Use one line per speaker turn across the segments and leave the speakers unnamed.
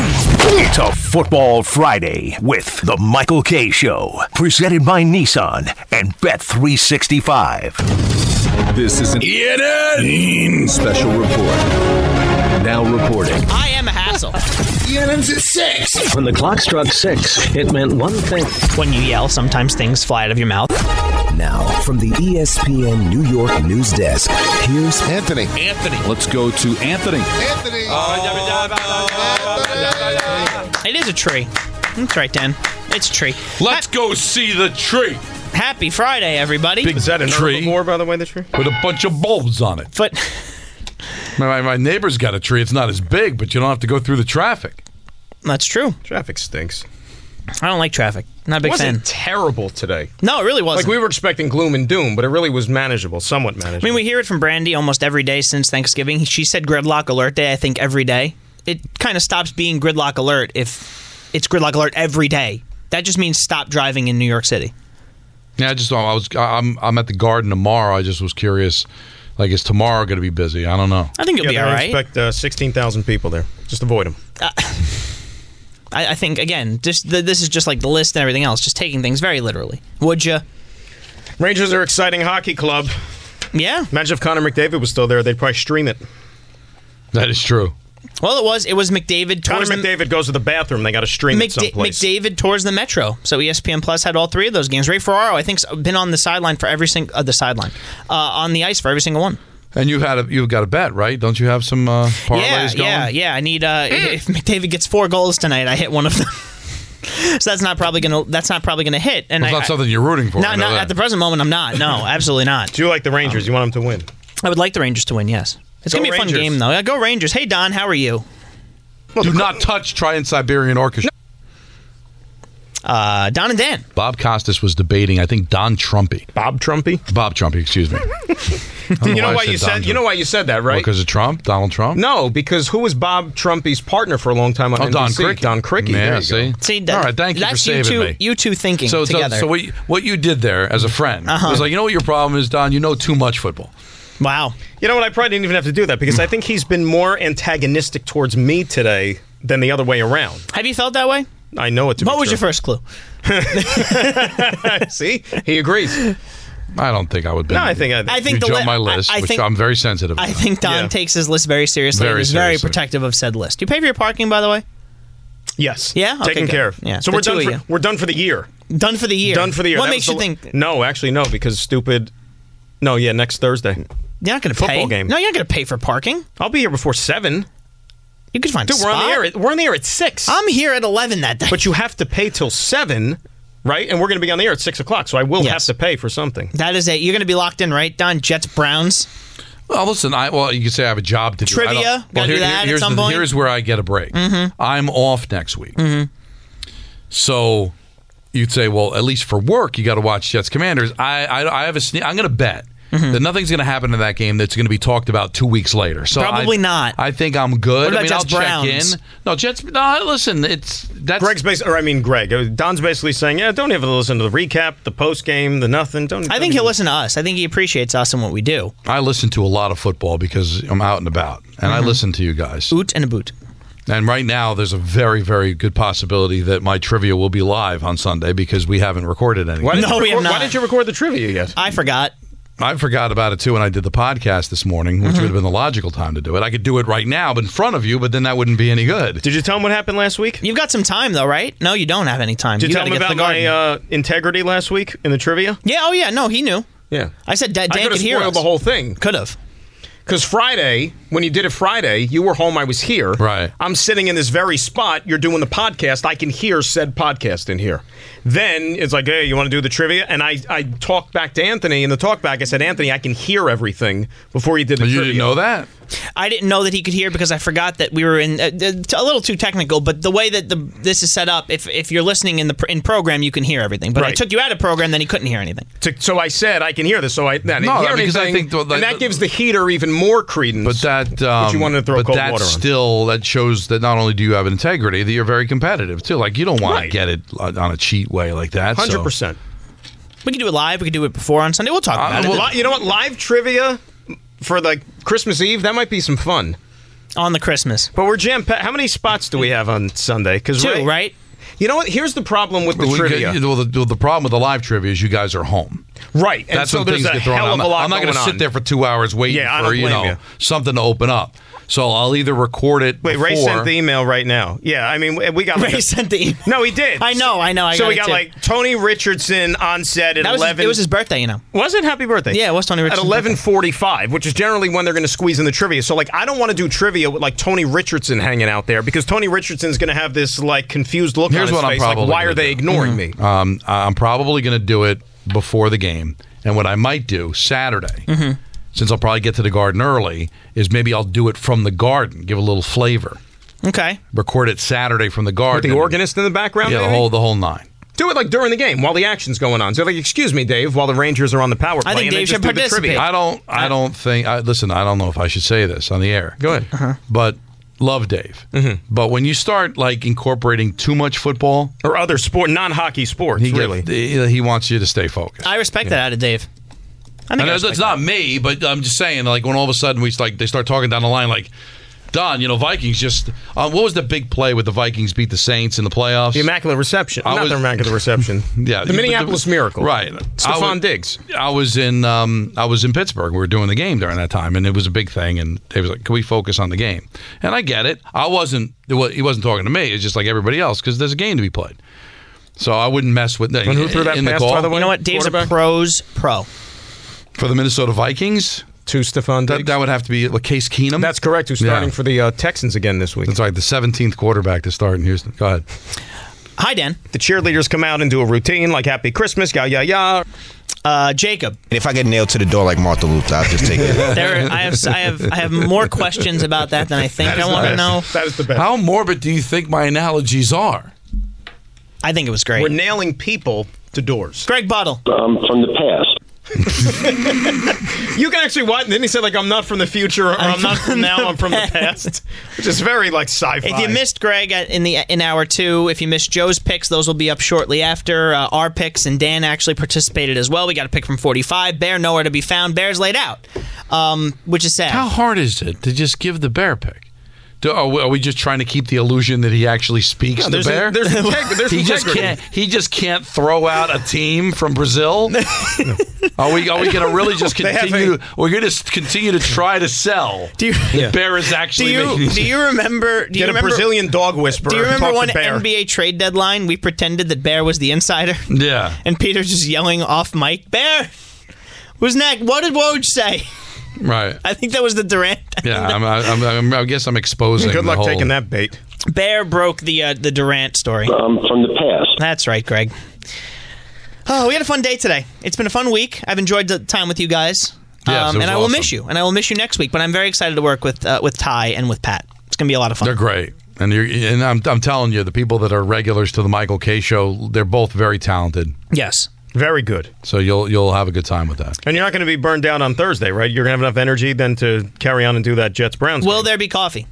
to Football Friday with The Michael K. Show, presented by Nissan and Bet365.
This is an ENN special report. Now reporting.
I am a hassle.
ENN's at six.
When the clock struck six, it meant one thing.
when you yell, sometimes things fly out of your mouth.
Now, from the ESPN New York news desk, here's
Anthony.
Let's go to Anthony.
Anthony.
It is a tree. That's right, Dan. It's a tree.
Let's go see the tree
Happy Friday, everybody.
Big-
Is that an
Tree.
tree? more, by the way, this year?
with a bunch of bulbs on it.
Foot.
My, my, my neighbor's got a tree. It's not as big, but you don't have to go through the traffic.
That's true.
Traffic stinks.
I don't like traffic. Not a big
wasn't
fan.
terrible today.
No, it really
Like
wasn't.
we were expecting gloom and doom, but it really was manageable, somewhat
I
manageable.
mean, we hear it from Brandy almost every day since Thanksgiving. She said gridlock alert day, I think, every day. It kind of stops being gridlock alert if it's gridlock alert every day. That just means stop driving in New York City.
Yeah, I just I was I'm I'm at the garden tomorrow. I just was curious. Like, is tomorrow going to be busy? I don't know.
I think you'll be
yeah,
all
I
right.
expect uh, sixteen thousand people there. Just avoid them.
I, I think again, just th this is just like the list and everything else, just taking things very literally. Would you?
Rangers are exciting hockey club.
Yeah.
Imagine if Connor McDavid was still there; they'd probably stream it.
That is true.
Well, it was it was McDavid
Connor
towards the,
McDavid goes to the bathroom; they got to stream it
McDa-
someplace.
McDavid towards the Metro. So E ESPN Plus had all three of those games. Ray Ferraro, I think, has been on the sideline for every single uh, the sideline uh, on the ice for every single one.
And you had a you've got a bet, right? Don't you have some uh, parlays
yeah,
going?
yeah, yeah. I need
Hmm.
uh, if if McDavid gets four goals tonight, I hit one of them. so that's not probably gonna that's not probably gonna hit. And
It's
I,
not
I-
something you're rooting for.
not,
I know
not
that.
at the present moment. I'm not. No, absolutely not.
Do you like the Rangers? you want them to win?
I would like the Rangers to win. Yes, it's
Go
gonna be a fun
Rangers.
game though. Yeah, go Rangers! Hey Don, how are you?
Do not touch Try and Siberian Orchestra.
Uh, Don and Dan.
Bob Costas was debating. I think Don Trumpy.
Bob Trumpy.
Bob Trumpy, excuse me. I don't
You know
I
why you
Don
said? You know
Trump.
why you said that, right?
Because of Trump, Donald Trump.
no, because who was Bob Trumpy's partner for a long time on
Oh, Don
NBC?
Cricky.
Don Cricky.
Yeah,
there you
see?
go.
See, that,
All right, thank you for
that's
saving
you two,
me.
You two thinking
So, so,
together.
so what, you, what you did there as a friend was like, you know what your problem is, Don? You know too much football.
wow.
You know what? I probably didn't even have to do that because I think he's been more antagonistic towards me today than the other way around.
Have you felt that way?
I know it to be
What was your
true.
first clue?
See, he agrees. No,
I don't think I would be.
I think I.
I
think
think
you
the
jumped
li-
my list,
I, I
which
think,
I'm very sensitive.
I
about.
think Don
Yeah.
takes his list very seriously.
Very
and is very
seriously.
protective of said list. Do you pay for your parking, by the way?
Yes.
Yeah? Okay,
Taken
good.
care of.
Yeah,
So
the
we're
two
done.
of
For,
you.
We're done for the year.
Done for the year.
Done for the year.
What
That
makes
was
you
the-
think you're
No, actually, no, because stupid. No, yeah, next Thursday.
not going to
Football
pay?
game.
No, you're not going to pay for parking.
I'll be here before seven.
You could find
Dude,
a
we're
spot.
on the air. At, we're on the air at six.
I'm here at 11 that day.
but you have to pay till seven, right? And we're going to be on the air at six o'clock, so I will
Yes.
have to pay for something.
that is it. You're going to be locked in, right, Don? Jets, Browns.
Well, listen, I well, you could say I have a job to do. I don't-
Trivia,
well,
gotta do that at
here's
some
the-
point. Mm-hmm.
Here's where I get a break. I'm off next week, so you'd say, well, at least for work, you got to watch Jets Commanders. I I, I have a sne- I'm going to bet.
Mm-hmm.
That nothing's going to happen in that game that's going to be talked about two weeks later. So I-
Probably not.
I think I'm
What
good.
about
I mean,
Jets
I'll
Browns?
check in. No, Jets. No, listen, it's that's
Greg's basically, or I mean, Greg, uh, Don's basically saying, yeah, don't even listen to the recap, the post game, the nothing. Don't.
I
don't
think
even-
he'll listen to us. I think he appreciates us and what we do.
I listen to a lot of football because I'm out and about, and I
Mm-hmm.
listen to you guys.
Boot and a boot.
And right now, there's a very, very good possibility that my trivia will be live on Sunday because we haven't recorded anything.
Why didn't
No,
you
we have
record- Why
not.
didn't you record the trivia yet?
I forgot.
I forgot about it too when I did the podcast this morning,
Mm-hmm.
which would have been the logical time to do it. I could do it right now, but in front of you, but then that wouldn't be any good.
Did you tell him what happened last week?
You've got some time though, right? No, you don't have any time.
Did you,
got
tell
to get
him
to
about
the garden.
my uh, integrity last week in the trivia?
yeah, oh yeah, no, he knew.
Yeah.
I said that
I
Dan
could
could
have
hear
spoiled
us.
the whole thing.
could have.
Because Friday, when you did it Friday, you were home, I was here.
Right.
I'm sitting in this very spot. You're doing the podcast. I can hear said podcast in here. Then it's like, hey, you want to do the trivia? And I, I talked back to Anthony. In the talk back, I said, Anthony, I can hear everything before you did the
You
trivia.
didn't know that?
I didn't know that he could hear because I forgot that we were in uh, uh, a little too technical. But the way that the this is set up, if if you're listening in the pr- in program, you can hear everything. But I
Right.
took you out of program, then he couldn't hear anything.
To- so I said, I can hear this. So I, I didn't
No,
hear
because I think
anything.
the- the-
and that gives the heater even more credence.
But that, um,
But you wanted to throw
but
cold
that's
water on.
still that shows that not only do you have integrity, that you're very competitive too. Like you don't want to
Right.
get it uh, on a cheat way like that. so-
100%.
We could do it live. We could do it before on Sunday. We'll talk
Uh,
about
well,
it.
Li- you know what? Live trivia for like Christmas Eve, that might be some fun.
on the Christmas.
But we're jam packed. How many spots do we have on Sunday? Because
Two, right?
You know what? Here's the problem with the
We
trivia.
get- well, the, the problem with the live trivia is you guys are home.
right. And
That's
so
when
there's
things
a
get thrown.
hell
out.
of
I'm,
a lot
I'm not
going
to sit
on.
there for two hours waiting
Yeah, I
for
don't
you
blame
know
you.
something to open up. So I'll either record it.
Wait, Ray
before-
sent the email right now. Yeah, I mean, we got. like
Ray
a-
sent the e- email.
No, he did.
I know, I know, I
so
got
we
it
got
too.
like Tony Richardson on set at
That was his,
eleven.
it was his birthday, you know.
Was it happy birthday?
Yeah, it was Tony
At
Richardson's
eleven forty-five, which is generally when they're going to squeeze in the trivia. So, like, I don't want to do trivia with like Tony Richardson hanging out there because Tony Richardson's going to have this like confused look
Here's
on his
what I'm
face.
probably
like, why
gonna
are they
do.
ignoring me?
Um, I'm probably going to do it before the game. And what I might do Saturday,
Mm-hmm.
since I'll probably get to the garden early, is maybe I'll do it from the garden, give a little flavor,
Okay.
record it Saturday from the
With
garden.
the organist in the background.
Yeah, the
maybe?
whole the whole nine.
Do it like during the game while the action's going on. So, like, excuse me, Dave, while the Rangers are on the power play.
I think
and they
Dave
just
should
do the
participate.
trivia.
I don't. I don't think. I, listen, I don't know if I should say this on the air. Go ahead. Mm-hmm. But love Dave. But when you start like incorporating too much football,
or other sport, non-hockey sports.
he
really,
get- he, he wants you to stay focused.
I respect that out of Dave. I
I
think I
know it's
respect
it's not me, but I'm just saying. Like when all of a sudden we like they start talking down the line, like Don, you know, Vikings just. Uh, what was the big play with the Vikings beat the Saints in the playoffs?
the immaculate reception.
I
Not
was-
the immaculate reception.
yeah,
the
but
Minneapolis Miracle.
Right, I
Stephon
was-
Diggs.
I was in um, I was in Pittsburgh. We were doing the game during that time, and it was a big thing. And they was like, "Can we focus on the game?" And I get it. I wasn't. It was, he wasn't talking to me. It's just like everybody else because there's a game to be played. So I wouldn't mess with that.
And who threw that
in the
pass,
call
by the
that.
way?
You know what? Dave's a
Quarterback?
pros pro.
for the Minnesota Vikings.
To Stephon Diggs.
That, that would have to be like Case Keenum.
That's correct. Who's starting
Yeah.
for the uh, Texans again this week?
That's right. The 17th quarterback to start in Houston. Go ahead.
Hi, Dan.
The cheerleaders come out and do a routine like "Happy Christmas," ya ya ya.
Uh, Jacob.
And if I get nailed to the door like Martha Luther, I'll just take it.
There, I have, I have, I have more questions about that than I think I want to know.
That is the best.
How morbid do you think my analogies are?
I think it was great.
We're nailing people to doors.
Greg Buttle.
um, from the past.
You can actually watch. Then he said, "Like I'm not from the future, or I'm not from now. I'm from the past," which is very like sci-fi.
If you missed Greg at- in the in hour two, if you missed Joe's picks, those will be up shortly after. Uh, our picks and Dan actually participated as well. We got a pick from 45. Bear nowhere to be found. Bear's laid out, um, which is sad.
How hard is it to just give the bear pick? Do, are, we, are we just trying to keep the illusion that he actually speaks to the
there's a-
bear?
there's integ- there's
he just
integrity.
can't. He just can't throw out a team from Brazil. Are we? Are we going to really just
They have
continue? We're going to continue to try to sell.
Do you-
the bear is
do
actually
you
making-
do you remember? Do you
get a
remember?
Brazilian dog whisperer.
do you
and
remember
talk to
when
Bear.
NBA trade deadline we pretended that Bear was the insider?
Yeah.
And Peter just yelling off mic, Bear. Who's next? What did Woj say?
right.
I think that was the Durant.
Yeah. I'm, I'm, I'm, I guess I'm exposing.
Good
the
luck
whole-
taking that bait.
Bear broke the uh, the Durant story.
Um, from the past.
That's right, Greg. Oh, we had a fun day today. It's been a fun week. I've enjoyed the time with you guys. Um,
Yes, it
and
was
I will
awesome.
miss you, and I will miss you next week. But I'm very excited to work with uh, with Ty and with Pat. It's gonna be a lot of fun.
They're great. And you're, and I'm, I'm telling you, the people that are regulars to the Michael K show, they're both very talented.
yes,
Very good.
So you'll you'll have a good time with that.
And you're not going to be burned out on Thursday, right? You're going to have enough energy then to carry on and do that Jets Browns.
will there be coffee?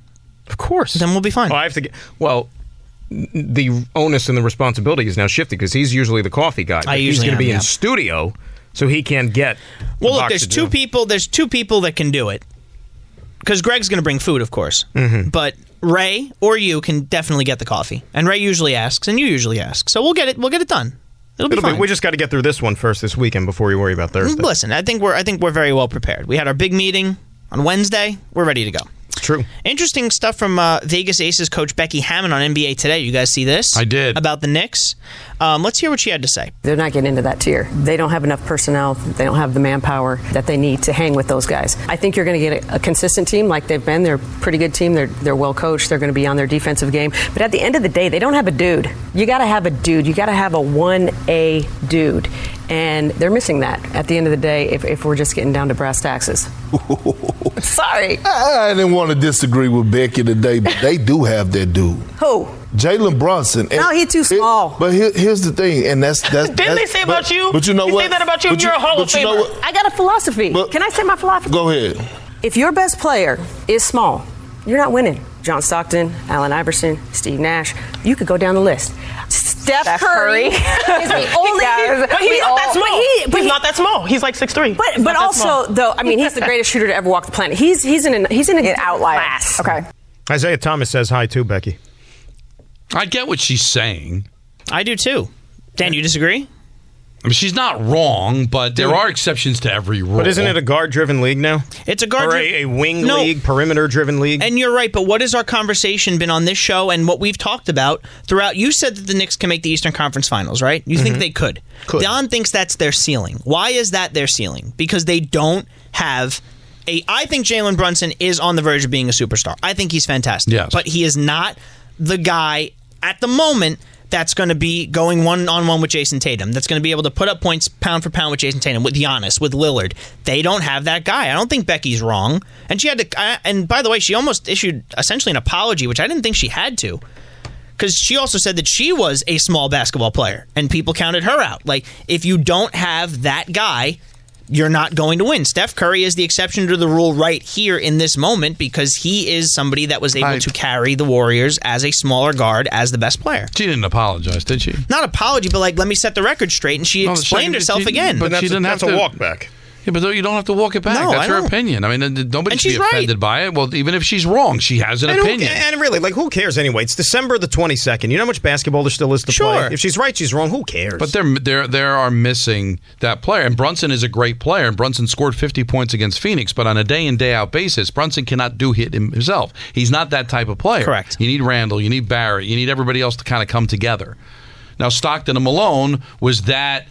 Of course.
Then we'll be fine.
Oh, I have to get. Well, n- the onus and the responsibility is now shifted because he's usually the coffee guy. but he's
usually
gonna
am,
be
yeah.
in studio, so he can get. the
Well, look,
box
there's
to
two
do.
people. There's two people that can do it. Because Greg's gonna bring food, of course. Mm-hmm. But Ray or you can definitely get the coffee. And Ray usually asks, and you usually ask. So we'll get it. We'll get it done. It'll be
It'll be-
fine.
we just got to get through this one first this weekend before you worry about Thursday.
Listen, I think we're I think we're very well prepared. We had our big meeting on Wednesday. We're ready to go.
True.
Interesting stuff from uh, Vegas Aces coach Becky Hammond on NBA Today. You guys see this?
I did.
about the Knicks. Um, let's hear what she had to say.
They're not getting into that tier. They don't have enough personnel. They don't have the manpower that they need to hang with those guys. I think you're going to get a, a consistent team like they've been. They're a pretty good team. They're, they're well coached. They're going to be on their defensive game. But at the end of the day, they don't have a dude. You got to have a dude. You got to have a 1A dude. And they're missing that at the end of the day if, if we're just getting down to brass taxes. Sorry.
I didn't want to disagree with Becky today, but they do have that dude.
Who?
Jalen Bronson.
No, he too small.
but here, here's the thing, and that's that's.
Didn't
that's-
they say about
but-
you?
But you know
They
what?
say that about you,
But
you're a Hall of
but you know
Famer.
what?
I got a philosophy.
But-
Can I say my philosophy?
Go ahead.
If your best player is small, you're not winning. John Stockton, Allen Iverson, Steve Nash, you could go down the list. Steph, Curry, is the only. but he's not that small. But, he, but he's not that small. He's like six three. But but also though, I mean, he's the greatest shooter to ever walk the planet. He's he's in an, he's in an outlier. Class. Okay.
Isaiah Thomas says hi too, Becky.
I get what she's saying.
I do too. Dan, you disagree?
I mean, she's not wrong, but there are exceptions to every rule.
But isn't it a guard-driven league now?
It's a guard
or a, a wing
No.
league, perimeter-driven league.
And you're right, but what has our conversation been on this show and what we've talked about throughout? You said that the Knicks can make the Eastern Conference Finals, right? You think they could. Don thinks that's their ceiling. Why is that their ceiling? Because they don't have a. I think Jalen Brunson is on the verge of being a superstar. I think he's fantastic.
Yes.
But he is not the guy at the moment. That's going to be going one on one with Jason Tatum. That's going to be able to put up points pound for pound with Jason Tatum, with Giannis, with Lillard. They don't have that guy. I don't think Becky's wrong. And she had to. I- And by the way, she almost issued essentially an apology, which I didn't think she had to because she also said that she was a small basketball player and people counted her out. Like, if you don't have that guy, you're not going to win. Steph Curry is the exception to the rule right here in this moment because he is somebody that was able to carry the Warriors as a smaller guard as the best player.
She didn't apologize, did she?
Not apology, but like, let me set the record straight. And she
No,
explained
she-
herself
she-
again.
but But she that's- didn't have that's a to- walk
back.
Yeah, but though you don't have to walk it back.
No,
That's
I
her
don't.
opinion. I mean, nobody
And
should be
she's right.
offended by it. Well, even if she's wrong, she has an
and who-
opinion.
and really, like, who cares anyway? It's December the 22nd. You know how much basketball there still is to
Sure.
play? If she's right, she's wrong. Who cares?
But they're they're they are missing that player. And Brunson is a great player. And Brunson scored 50 points against Phoenix, but on a day in day out basis, Brunson cannot do hit him- himself. He's not that type of player. Correct. You need Randall. You need Barrett. You need everybody else to kind of come together. Now Stockton and Malone was that.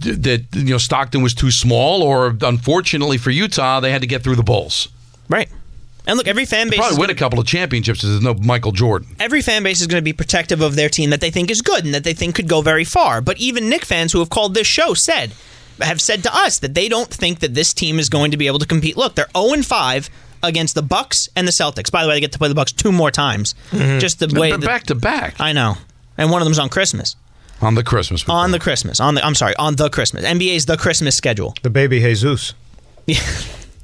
That you know, Stockton was too small, or unfortunately for Utah, they had to get through the Bulls.
right. And look, every fan base.
They
is
probably win a couple of championships. if There's no Michael Jordan.
every fan base is going to be protective of their team that they think is good and that they think could go very far. But even Nick fans who have called this show said have said to us that they don't think that this team is going to be able to compete. Look, they're 0 and 5 against the Bucks and the Celtics. By the way, they get to play the Bucks two more times.
Mhm.
Just the
But
way
back to back.
I know. And one of them's on Christmas.
On the Christmas.
On the Christmas. On the I'm sorry, on the Christmas. NBA's the Christmas schedule.
The baby Jesus.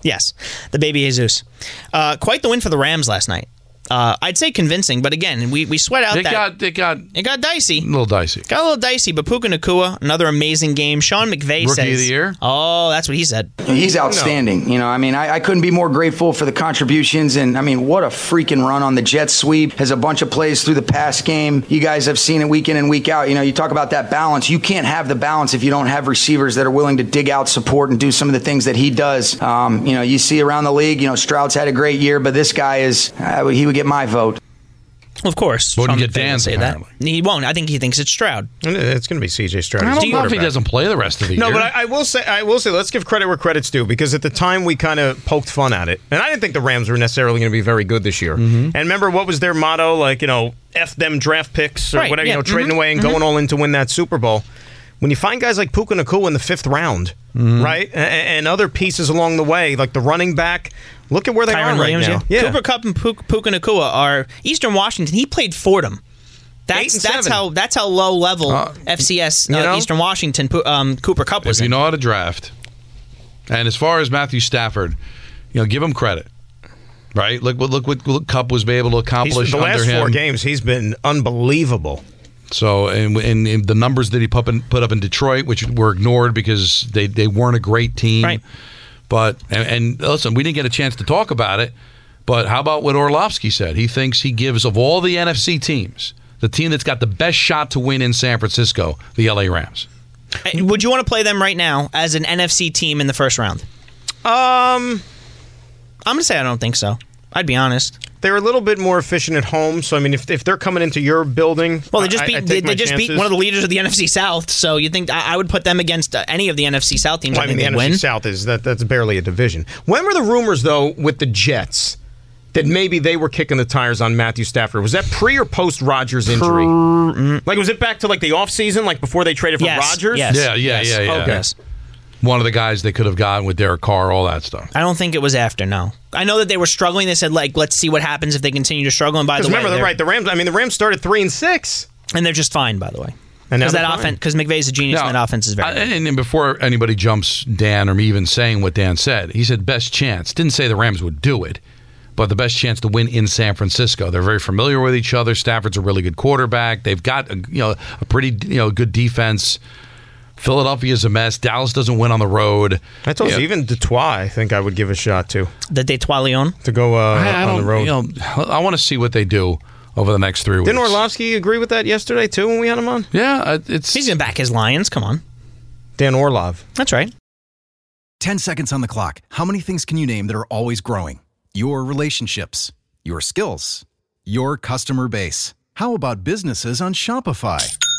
Yes, the baby Jesus. Uh, quite the win for the Rams last night. Uh, I'd say convincing, but again, we, we sweat out
It
that
got- it got
it got dicey.
A little dicey.
Got a little dicey, but Puka Nakua, another amazing game. Sean
Rookie
McVay
of
says,
the year?
"Oh, that's what he said.
He's outstanding. You know, I mean, I, I couldn't be more grateful for the contributions. And I mean, what a freaking run on the jet sweep. Has a bunch of plays through the pass game. You guys have seen it week in and week out. You know, you talk about that balance. You can't have the balance if you don't have receivers that are willing to dig out support and do some of the things that he does. Um, you know, you see around the league, you know, Stroud's had a great year, but this guy is, uh, he would get my vote.
Of course,
Wouldn't
Sean
get
McVay will
Dan's,
say that. He won't. I think he thinks it's Stroud.
It's going to be C.J. Stroud.
I don't
He's
know if he
quarterback.
doesn't play the rest of the
No,
year.
but I, I will say, I will say, let's give credit where credit's due because at the time we kind of poked fun at it, and I didn't think the Rams were necessarily going to be very good this year.
Mm-hmm.
And remember, what was their motto? Like you know, f them draft picks or
Right,
whatever.
yeah,
You know, trading
Mm-hmm.
mhm,
away and
mhm.
going all in to win that Super Bowl. When you find guys like Puka Nakua in the fifth round,
Mm-hmm.
right, and, and other pieces along the way, like the running back, look at where they
Kyron
are
Williams.
right now.
yeah. Cooper Cup and Puka, Puka Nakua are Eastern Washington. He played Fordham. That's
and
that's
seven.
how that's how low level
Uh,
FCS
you
uh,
know?
Eastern Washington Pu- um, Cooper Cup was.
if you
in.
know how to draft, and as far as Matthew Stafford, you know, give him credit, right? Look, what look what look Cup was able to
He's-
accomplish
the
under
last
him.
four games, he's been unbelievable.
So, and, and, and the numbers that he put, in, put up in Detroit, which were ignored because they, they weren't a great team. Right. But, and, and listen, we didn't get a chance to talk about it, but how about what Orlovsky said? He thinks he gives, of all the NFC teams, the team that's got the best shot to win in San Francisco, the LA Rams.
Uh, Would you want to play them right now as an NFC team in the first round?
Um,
I'm gonna say I don't think so. I'd be honest.
They're a little bit more efficient at home, so I mean, if, if they're coming into your building,
Well, they just
I-
beat
I take
they, they
my
just beat
chances.
one of the leaders of the NFC South, so you think I, I would put them against uh, any of the NFC South teams?
Well,
I
I
think
mean, the
they'd
NFC
win.
South is that that's barely a division. When were the rumors though with the Jets that maybe they were kicking the tires on Matthew Stafford? Was that pre or post Rogers injury? Like, was it back to like the offseason, like before they traded for
Yes,
Rogers?
yes.
Yeah, yeah,
Yes.
yeah, yeah.
Okay. Yes.
One of the guys they could have gotten with Derek Carr, all that stuff.
I don't think it was after. No, I know that they were struggling. They said like, let's see what happens if they continue to struggle. And by the
Because
way,
remember,
they're-
right? The Rams. I mean, the Rams started three and six.
and they're just fine. By the way,
And now
because
they're
that
fine.
offense, because McVay's a genius,
Now,
and that offense is very.
I- and, and before anybody jumps Dan or me even saying what Dan said, he said best chance. Didn't say the Rams would do it, but the best chance to win in San Francisco. They're very familiar with each other. Stafford's a really good quarterback. They've got a, you know a pretty you know good defense. Philadelphia's a mess. Dallas doesn't win on the road.
I told you, even Detroit, I think I would give a shot to.
The Detroit Leon
to go uh,
I, I
on the
don't-
road.
you know, I want to see what they do over the next three weeks.
Didn't Orlovsky agree with that yesterday too when we had him on?
Yeah, it's
he's gonna back his Lions. Come on,
Dan Orlov.
That's right.
10 seconds on the clock. How many things can you name that are always growing? Your relationships, your skills, your customer base. How about businesses on Shopify?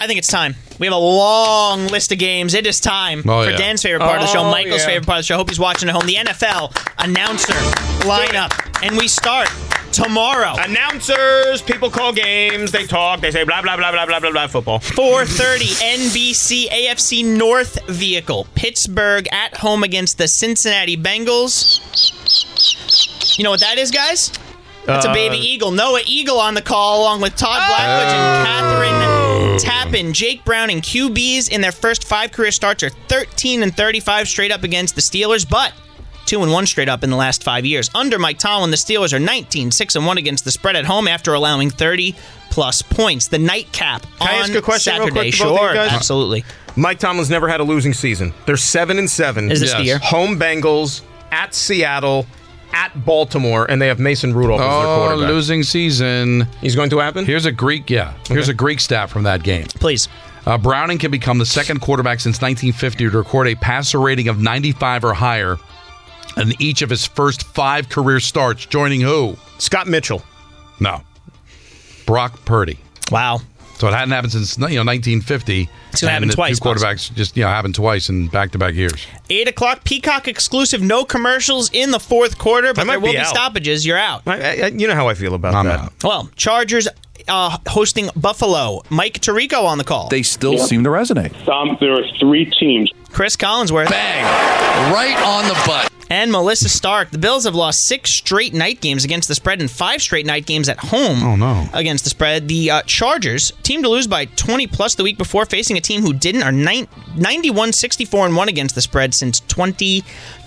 I think it's time. We have a long list of games. It is time
Oh,
for
yeah.
Dan's favorite part of the show,
Oh,
Michael's
yeah.
favorite part of the show. Hope he's watching at home. The NFL announcer lineup, and we start tomorrow.
Announcers, people call games, they talk, they say blah blah blah blah blah blah blah football.
4:30 NBC AFC North vehicle. Pittsburgh at home against the Cincinnati Bengals. You know what that is, guys? That's a baby
Uh,
eagle. Noah Eagle on the call along with Todd Blackledge
Oh.
and Catherine Tappan. Jake Brown and QBs in their first five career starts are 13 and 35 straight up against the Steelers, but two and one straight up in the last five years. Under Mike Tomlin, the Steelers are 19, 6 and 1 against the spread at home after allowing 30 plus points. The nightcap on
Can I ask a question
Saturday.
real quick to
sure,
both of you guys?
absolutely.
Mike Tomlin's never had a losing season. They're seven and seven.
Is this the Yes. year?
Home Bengals at Seattle, at Baltimore, and they have Mason Rudolph as their
Oh,
quarterback.
losing season.
He's going to happen.
Here's a Greek. Yeah. Here's a Greek stat from that game.
Please.
Uh, Browning can become the second quarterback since 1950 to record a passer rating of 95 or higher in each of his first five career starts. Joining who?
Scott Mitchell.
No. Brock Purdy.
Wow.
So it hadn't happened since you know 1950.
It's gonna
and
happen
the
twice,
Two quarterbacks just you know happened twice in back-to-back years.
Eight o'clock Peacock exclusive, no commercials in the fourth quarter, but
might
there will
be
be,
out.
stoppages. You're out.
I- I- you know how I feel about that.
Well, Chargers uh, hosting Buffalo. Mike Tirico on the call. They
still Yep. seem
to resonate.
Um, there are three teams.
Chris Collinsworth. Bang!
Right on the butt.
And Melissa Stark. The Bills have lost six straight night games against the spread and five straight night games at home. Oh, no. Against the spread. The uh, Chargers, team to lose by 20 plus the week before, facing a team who didn't, are nine, 91 64 and 1 against the spread since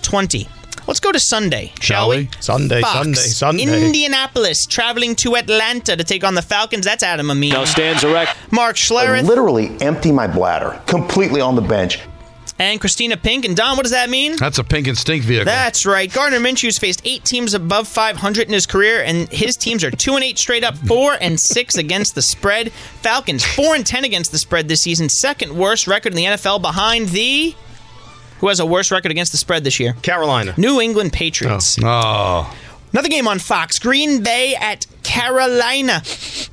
2020. Let's go to Sunday, shall we?
Sunday,
Fox.
Sunday, Sunday.
Indianapolis traveling to Atlanta to take on the Falcons. That's Adam Amin. Now stands erect. Mark
I
Schlereth
literally empty my bladder completely on the bench.
and Christina Pink. And Don, what does that mean?
That's a pink and stink vehicle.
That's right. Gardner Minshew's faced eight teams above 500 in his career, and his teams are two and eight straight up, four and six against the spread. Falcons four and ten against the spread this season, second worst record in the NFL behind the. Who has a worse record against the spread this year?
Carolina.
New England Patriots.
Oh.
Another game on Fox. Green Bay at Carolina.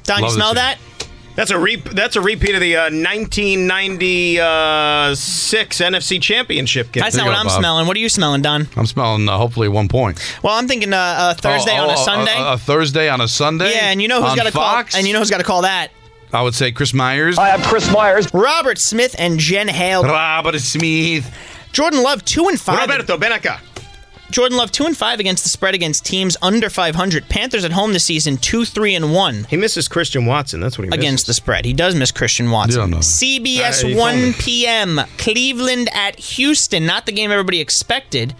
Don, you
Love
smell
this
that?
game. That's a re- that's a repeat of the uh, 1996 NFC Championship game.
That's not what I'm smelling. What are you smelling, Don?
I'm smelling uh, hopefully one point.
Well, I'm thinking uh, uh, Thursday
Oh,
on
oh,
a Sunday.
A, a Thursday on a Sunday.
yeah, and you know who's
On
got to call?
Fox?
And you know who's got to call that?
I would say Chris Myers.
I am Chris Myers, Robert Smith, and Jen Hale.
Robert Smith.
Jordan Love two and five.
Roberto Benaca.
Jordan Love two and five against the spread against teams under 500. Panthers at home this season two three and one.
He misses Christian Watson. That's what he misses.
against the spread. He does miss Christian Watson.
Uh,
CBS
you
1 p.m. Cleveland at Houston. Not the game everybody expected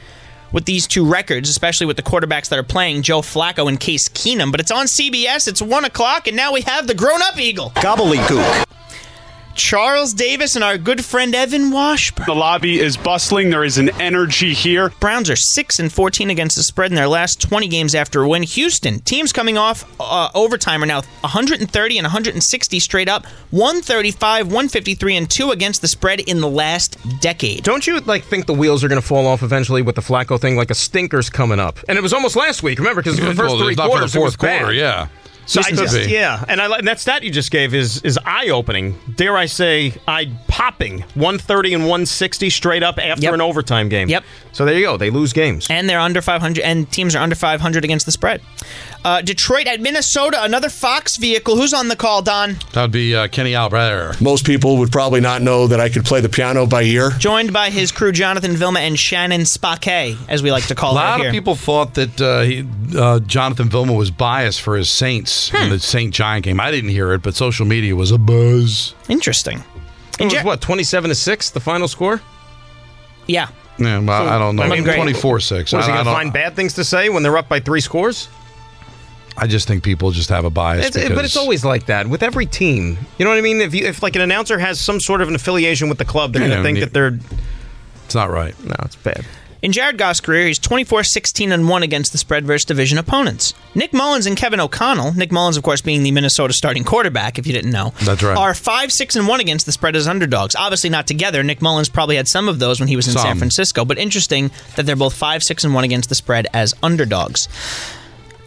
with these two records, especially with the quarterbacks that are playing, Joe Flacco and Case Keenum. But it's on CBS. It's 1 o'clock, and now we have the grown up Eagle.
Gobbledygook.
Charles Davis and our good friend Evan Washburn.
The lobby is bustling. There is an energy here.
Browns are 6 and 14 against the spread in their last 20 games after a win. Houston, teams coming off uh, overtime are now 130 and 160 straight up, 135, 153 and 2 against the spread in the last decade.
Don't you like think the wheels are going to fall off eventually with the Flacco thing? Like a stinker's coming up, and it was almost last week. Remember, because the first
Well,
three
it's not for the
quarters, it was
fourth quarter,
bad.
yeah.
So I
Houston's
just,
up. Could be.
yeah, and I li- and that stat you just gave is is eye opening. Dare I say, eye popping. One thirty and one sixty straight up after an overtime game. Yep. So there you go. They lose games.
And they're under 500, and teams are under 500 against the spread. Uh, Detroit at Minnesota, another Fox vehicle. Who's on the call, Don?
That would be uh, Kenny Albrecht.
Most people would probably not know that I could play the piano by ear.
Joined by his crew, Jonathan Vilma and Shannon Spake, as we like to call
a
her
lot
here.
of people thought that uh, he, uh, Jonathan Vilma was biased for his Saints
Hmm.
in the Saint Giant game. I didn't hear it, but social media was a buzz.
Interesting.
It was what twenty seven to six the final score.
Yeah.
Yeah, well, I don't know. Twenty four six.
Was he
I, I
going to
don't-
find bad things to say when they're up by three scores?
I just think people just have a bias.
It's- it- but it's
because-
always like that with every team. You know what I mean? If you, if like an announcer has some sort of an affiliation with the club, they're
Yeah,
going to think
yeah.
that they're.
It's not right.
No, it's bad.
In Jared Goff's career, he's 24 16 and 1 against the spread versus division opponents. Nick Mullins and Kevin O'Connell, Nick Mullins, of course, being the Minnesota starting quarterback, if you didn't know,
That's right.
are 5 6 and 1 against the spread as underdogs. Obviously not together. Nick Mullins probably had some of those when he was in
Some.
San Francisco, but interesting that they're both 5 6 and 1 against the spread as underdogs.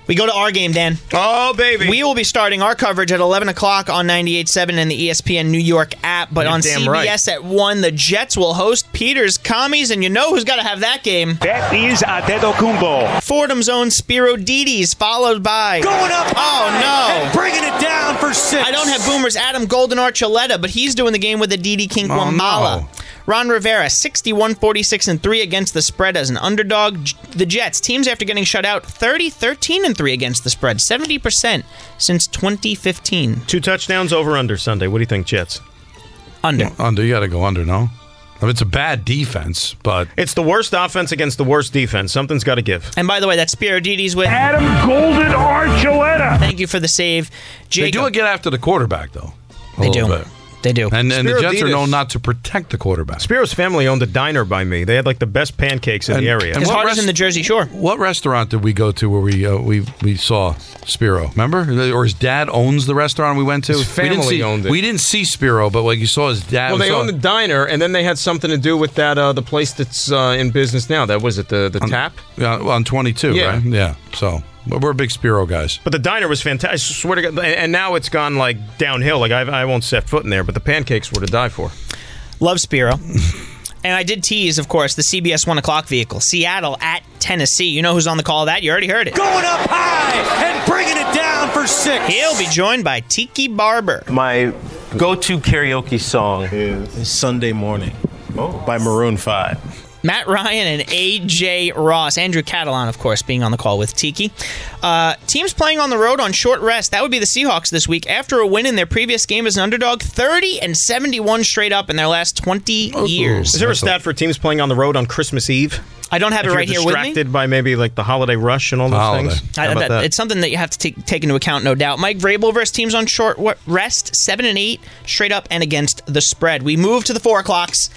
We go to our game, Dan.
Oh, baby.
We will be starting our coverage at 11 o'clock on 98.7 and the E ESPN New York app. But
You're
on
damn
CBS
right.
at 1, the Jets will host Peters Commies, and you know who's got to have that game. That is Adetokumbo. Fordham's own Spiro Didis, followed by...
Going up
Oh,
high
no.
and bringing it down for six.
I don't have Boomer's Adam Golden Archuleta, but he's doing the game with the Didi King
Oh,
Wamala. Ron Rivera, 61 46 and 3 against the spread as an underdog. J- The Jets, teams after getting shut out, 30 13 and 3 against the spread, 70% since 2015.
Two touchdowns over under Sunday. What do you think, Jets?
Under.
Under. You got to go under. No. I mean, it's a bad defense, but
it's the worst offense against the worst defense. Something's got to give.
And by the way, that's Spiro Didis with Adam
Golden Archuleta.
Thank you for the save,
They
Jacob.
do get after the quarterback though. a
They
little
do.
bit.
They do.
And, and the
Spiro
Jets are
Didis-
known not to protect the quarterback.
Spiro's family owned a diner by me. They had like the best pancakes in the area.
As hard as in the Jersey Shore.
What restaurant did we go to where we uh, we we saw Spiro? Remember, or his dad owns the restaurant we went to.
His
we didn't
family
see,
owned it.
We didn't see Spiro, but like you saw his dad.
well,
we
they
saw-
owned the diner, and then they had something to do with that uh, the place that's uh, in business now. That was it, the the tap.
Yeah, well, on twenty two,
Yeah.
right? Yeah. So but we're big Spiro guys.
But the diner was fantastic. I swear to God. And and now it's gone like downhill. Like I, I won't set foot in there. But the pancakes were to die for.
Love Spiro. And I did tease, of course, the CBS 1 o'clock vehicle. Seattle at Tennessee. You know who's on the call of that? You already heard it.
Going up high and bringing it down for six.
He'll be joined by Tiki Barber.
My go-to karaoke song is Sunday Morning
Oh.
by Maroon 5.
Matt Ryan and AJ Ross. Andrew Catalan, of course, being on the call with Tiki. Uh, teams playing on the road on short rest. That would be the Seahawks this week after a win in their previous game as an underdog 30 and 71 straight up in their last 20 years.
Is there a stat for teams playing on the road on Christmas Eve?
I don't have it
If you're
right here with me.
Distracted by maybe like the holiday rush and all those
Holiday.
things.
I-
How about
that-
that?
It's something that you have to take, take into account, no doubt. Mike Vrabel versus teams on short wa- rest, seven and eight, straight up and against the spread. We move to the four o'clocks.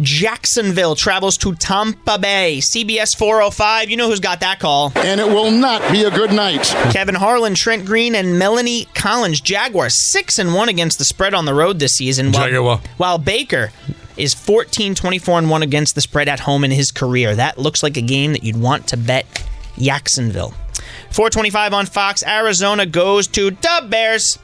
Jacksonville travels to Tampa Bay. CBS 405. You know who's got that call.
And it will not be a good night.
Kevin Harlan, Trent Green, and Melanie Collins. Jaguars six and one against the spread on the road this season. While,
Jaguar.
while Baker is 14 24 and 1 against the spread at home in his career. That looks like a game that you'd want to bet Jacksonville. 425 on Fox. Arizona goes to the Bears.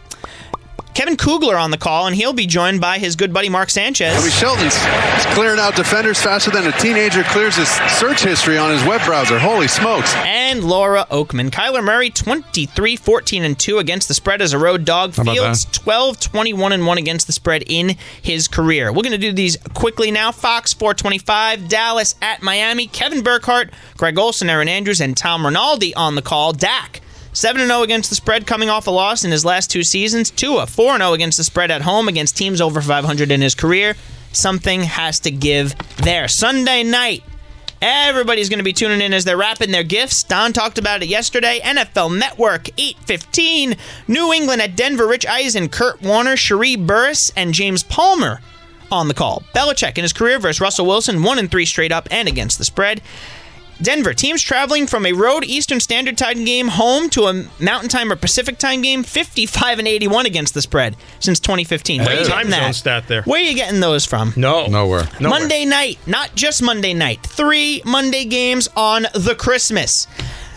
Kevin Kugler on the call, and he'll be joined by his good buddy Mark Sanchez.
Bobby Shelton's is clearing out defenders faster than a teenager clears his search history on his web browser. Holy smokes.
and Laura Oakman. Kyler Murray 23 14 and 2 against the spread as a road dog.
How about
Fields
that?
12 21 and 1 against the spread in his career. We're going to do these quickly now. Fox 425, Dallas at Miami, Kevin Burkhardt, Greg Olson, Aaron Andrews, and Tom Rinaldi on the call. Dak. 7 0 against the spread, coming off a loss in his last two seasons. Tua, 4 0 against the spread at home against teams over 500 in his career. Something has to give there. Sunday night, Everybody's going to be tuning in as they're wrapping their gifts. Don talked about it yesterday. NFL Network 815. New England at Denver. Rich Eisen, Kurt Warner, Cherie Burris, and James Palmer on the call. Belichick in his career versus Russell Wilson, one and three straight up and against the spread. Denver teams traveling from a road Eastern Standard Time game home to a Mountain Time or Pacific Time game, 55 and 81 against the spread since 2015. Where are you
time
getting
zone
that?
stat there.
Where are you getting those from?
No,
nowhere.
Monday night, not just Monday night. Three Monday games on the Christmas.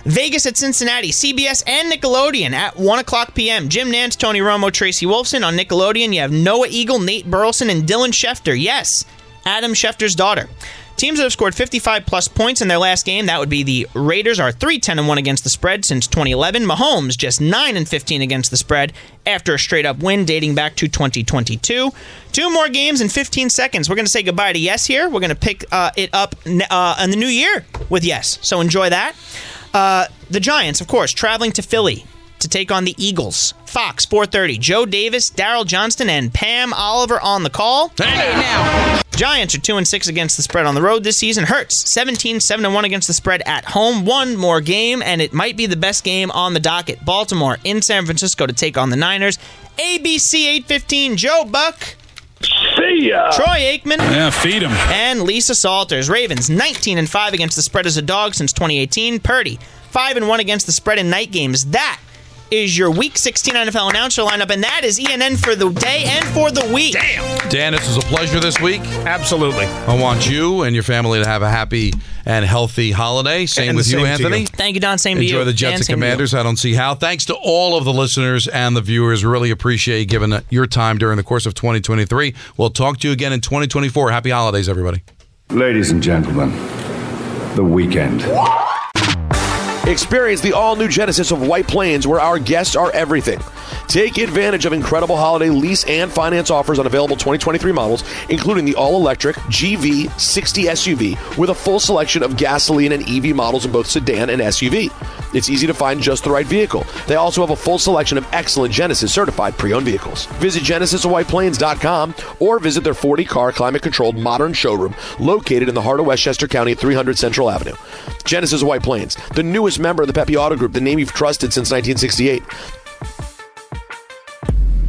Vegas at Cincinnati, CBS and Nickelodeon at 1 o'clock p.m. Jim Nance, Tony Romo, Tracy Wolfson. On Nickelodeon, you have Noah Eagle, Nate Burleson, and Dylan Schefter. Yes, Adam Schefter's daughter. Teams that have scored 55 plus points in their last game, that would be the Raiders are 3 10 and 1 against the spread since 2011. Mahomes just 9 and 15 against the spread after a straight up win dating back to 2022. Two more games in 15 seconds. We're going to say goodbye to Yes here. We're going to pick uh, it up ne- uh, in the new year with Yes. So enjoy that. Uh, the Giants, of course, traveling to Philly to take on the Eagles. Fox 4:30. Joe Davis, Daryl Johnston, and Pam Oliver on the call. Hey now. Giants are two and six against the spread on the road this season. Hurts 17 seven and one against the spread at home. One more game, and it might be the best game on the docket. Baltimore in San Francisco to take on the Niners. ABC 815. Joe Buck. See ya. Troy Aikman.
Yeah, feed him.
And Lisa Salters. Ravens 19 and 5 against the spread as a dog since 2018. Purdy 5 and 1 against the spread in night games. That is your week 16 NFL announcer lineup and that is ENN for the day and for the week. Damn.
Dan, this was a pleasure this week. Absolutely. I want you and your family to have a happy and healthy holiday. Same
And
with
the
you,
same to you.
Anthony.
Thank you, Don. Same to
Enjoy
you.
the Jets
Dan,
and
same to you.
Commanders. I don't see how. Thanks to all of the listeners and the viewers. Really appreciate you giving your time during the course of 2023. We'll talk to you again in 2024. Happy holidays, everybody.
Ladies and gentlemen, the weekend.
Experience the all new Genesis of White Plains where our guests are everything. Take advantage of incredible holiday lease and finance offers on available 2023 models, including the all electric GV60 SUV with a full selection of gasoline and EV models in both sedan and SUV. It's easy to find just the right vehicle. They also have a full selection of excellent Genesis certified pre owned vehicles. Visit GenesisOfWhitePlains.com or visit their 40 car climate controlled modern showroom located in the heart of Westchester County at 300 Central Avenue. Genesis of White Plains, the newest member of the Pepe Auto Group, the name you've trusted since 1968.